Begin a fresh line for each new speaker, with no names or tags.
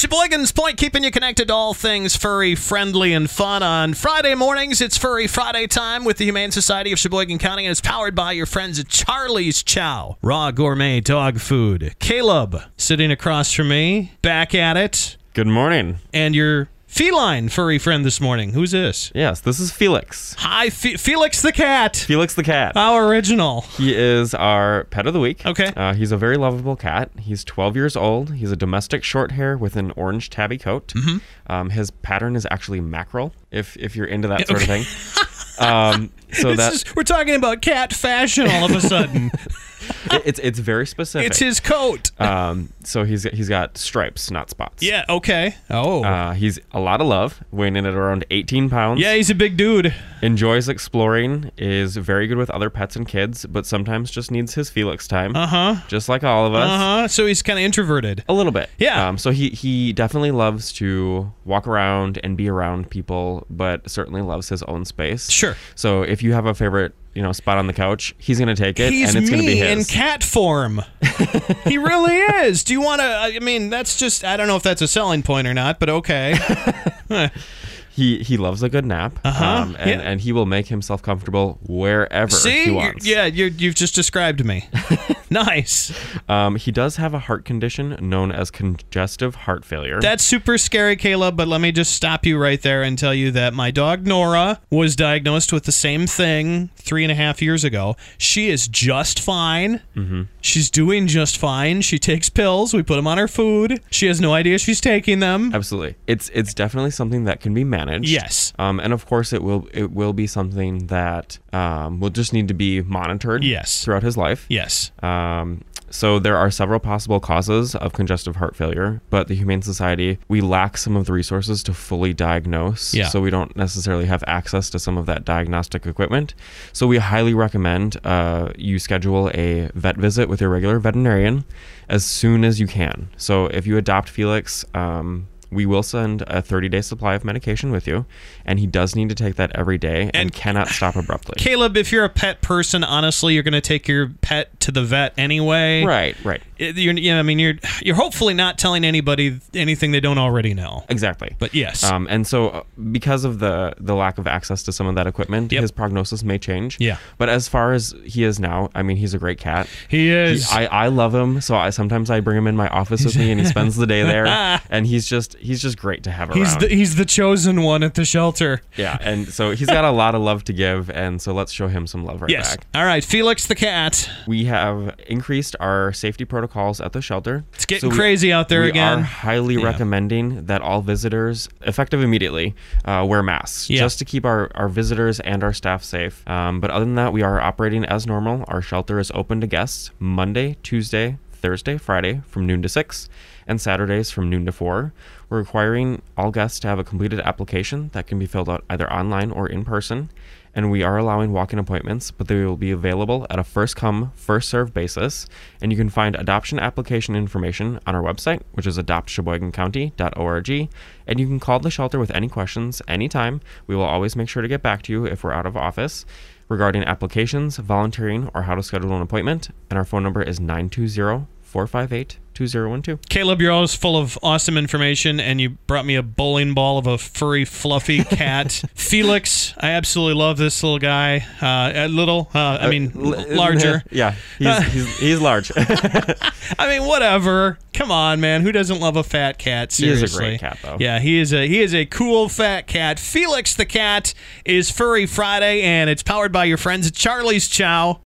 Sheboygan's Point, keeping you connected to all things furry, friendly, and fun. On Friday mornings, it's Furry Friday time with the Humane Society of Sheboygan County, and it's powered by your friends at Charlie's Chow, raw gourmet dog food. Caleb, sitting across from me, back at it,
Good morning.
and your feline furry friend this morning. Who's this?
Yes, this is Felix.
Hi, Fe- Felix the Cat.
Felix the cat.
How original.
He is our pet of the week.
Ah. Okay.
Uh, he's a very lovable cat. He's 12 years old. He's a domestic short hair with an orange tabby coat. Mm-hmm. Um, his pattern is actually mackerel, if if you're into that sort of thing. Um, so
This
that
is, we're talking about cat fashion all of a sudden.
it- it's it's very specific.
it's his coat.
um, so he's he's got stripes, not spots.
Yeah, okay. Oh.
Uh, he's a lot of love, weighing in at around 18 pounds.
yeah, he's a big dude.
Enjoys exploring, is very good with other pets and kids, but sometimes just needs his Felix time.
Uh huh.
Just like all of us. Oh,
Uh huh. So he's kind of introverted.
A little bit.
Yeah.
Um, so he, he definitely loves to walk around and be around people, but certainly loves his own space.
Sure.
So if you have a favorite, you know, spot on the couch, he's gonna take it
He's
and it's
me
gonna be
in
his.
cat form. he really is. Do you want to? I mean, that's just. I don't know if that's a selling point or not, but okay.
he he loves a good nap. Uh-huh. and,
Yeah.
and he will make himself comfortable wherever
See,
he
You're-
wants.
yeah, you're, you've just described me. nice.
Um, he does have a heart condition known as congestive heart failure.
That's super scary, Caleb, but let me just stop you right there and tell you that my dog Nora was diagnosed with the same thing three and a half years ago. She is just fine. Mm-hmm. She's doing just fine. She takes pills. We put them on her food. She has no idea she's taking them.
Absolutely. It's it's definitely something that can be managed.
Yes.
Um, and of course, it will it will be something that um, will just need to be monitored.
Yes.
Throughout his life.
Yes.
Um, so there are several possible causes of congestive heart failure, but the Humane Society we lack some of the resources to fully diagnose.
Yeah.
So we don't necessarily have access to some of that diagnostic equipment. So we highly recommend uh, you schedule a vet visit with your regular veterinarian as soon as you can. So if you adopt Felix. Um, we will send a 30 day supply of medication with you, and he does need to take that every day and,
And-
cannot stop abruptly.
Caleb, if you're a pet person, honestly, you're going to take your pet to the vet anyway.
Right, right.
It- You're, you know, I mean, you're you're hopefully not telling anybody anything they don't already know.
Exactly.
But yes.
Um, and so, uh, because of the the lack of access to some of that equipment,
Yep.
his prognosis may change.
Yeah.
But as far as he is now, I mean, he's a great cat.
he is.
I, I love him. So I sometimes I bring him in my office with me, and he spends the day there. And he's just he's just great to have around.
he's the, he's the chosen one at the shelter.
yeah. And so he's got a lot of love to give, and so let's show him some love right
Yes.
back.
All right, Felix the cat.
We have increased our safety protocols at the shelter.
It's getting crazy out there
we
again.
are highly recommending that all visitors, effective immediately, uh, wear masks
Yeah.
just to keep our, our visitors and our staff safe. Um, but other than that, we are operating as normal. Our shelter is open to guests Monday, Tuesday, Thursday, Friday from noon to 6, and Saturdays from noon to 4. We're requiring all guests to have a completed application that can be filled out either online or in person. And we are allowing walk in appointments, but they will be available at a first come, first served basis. And you can find adoption application information on our website, which is adoptsheboygancounty.org. And you can call the shelter with any questions anytime. We will always make sure to get back to you if we're out of office regarding applications, volunteering, or how to schedule an appointment. And our phone number is 920 458 2012.
Caleb, you're always full of awesome information, and you brought me a bowling ball of a furry, fluffy cat. Felix, I absolutely love this little guy. Uh, a little, uh, I mean, larger.
Yeah, he's, he's, he's large.
I mean, whatever. Come on, man. Who doesn't love a fat cat?
He is a
Seriously.
great cat, though.
Yeah, he is a he is a cool fat cat. Felix the cat is Furry Friday, and it's powered by your friends at Charlie's Chow.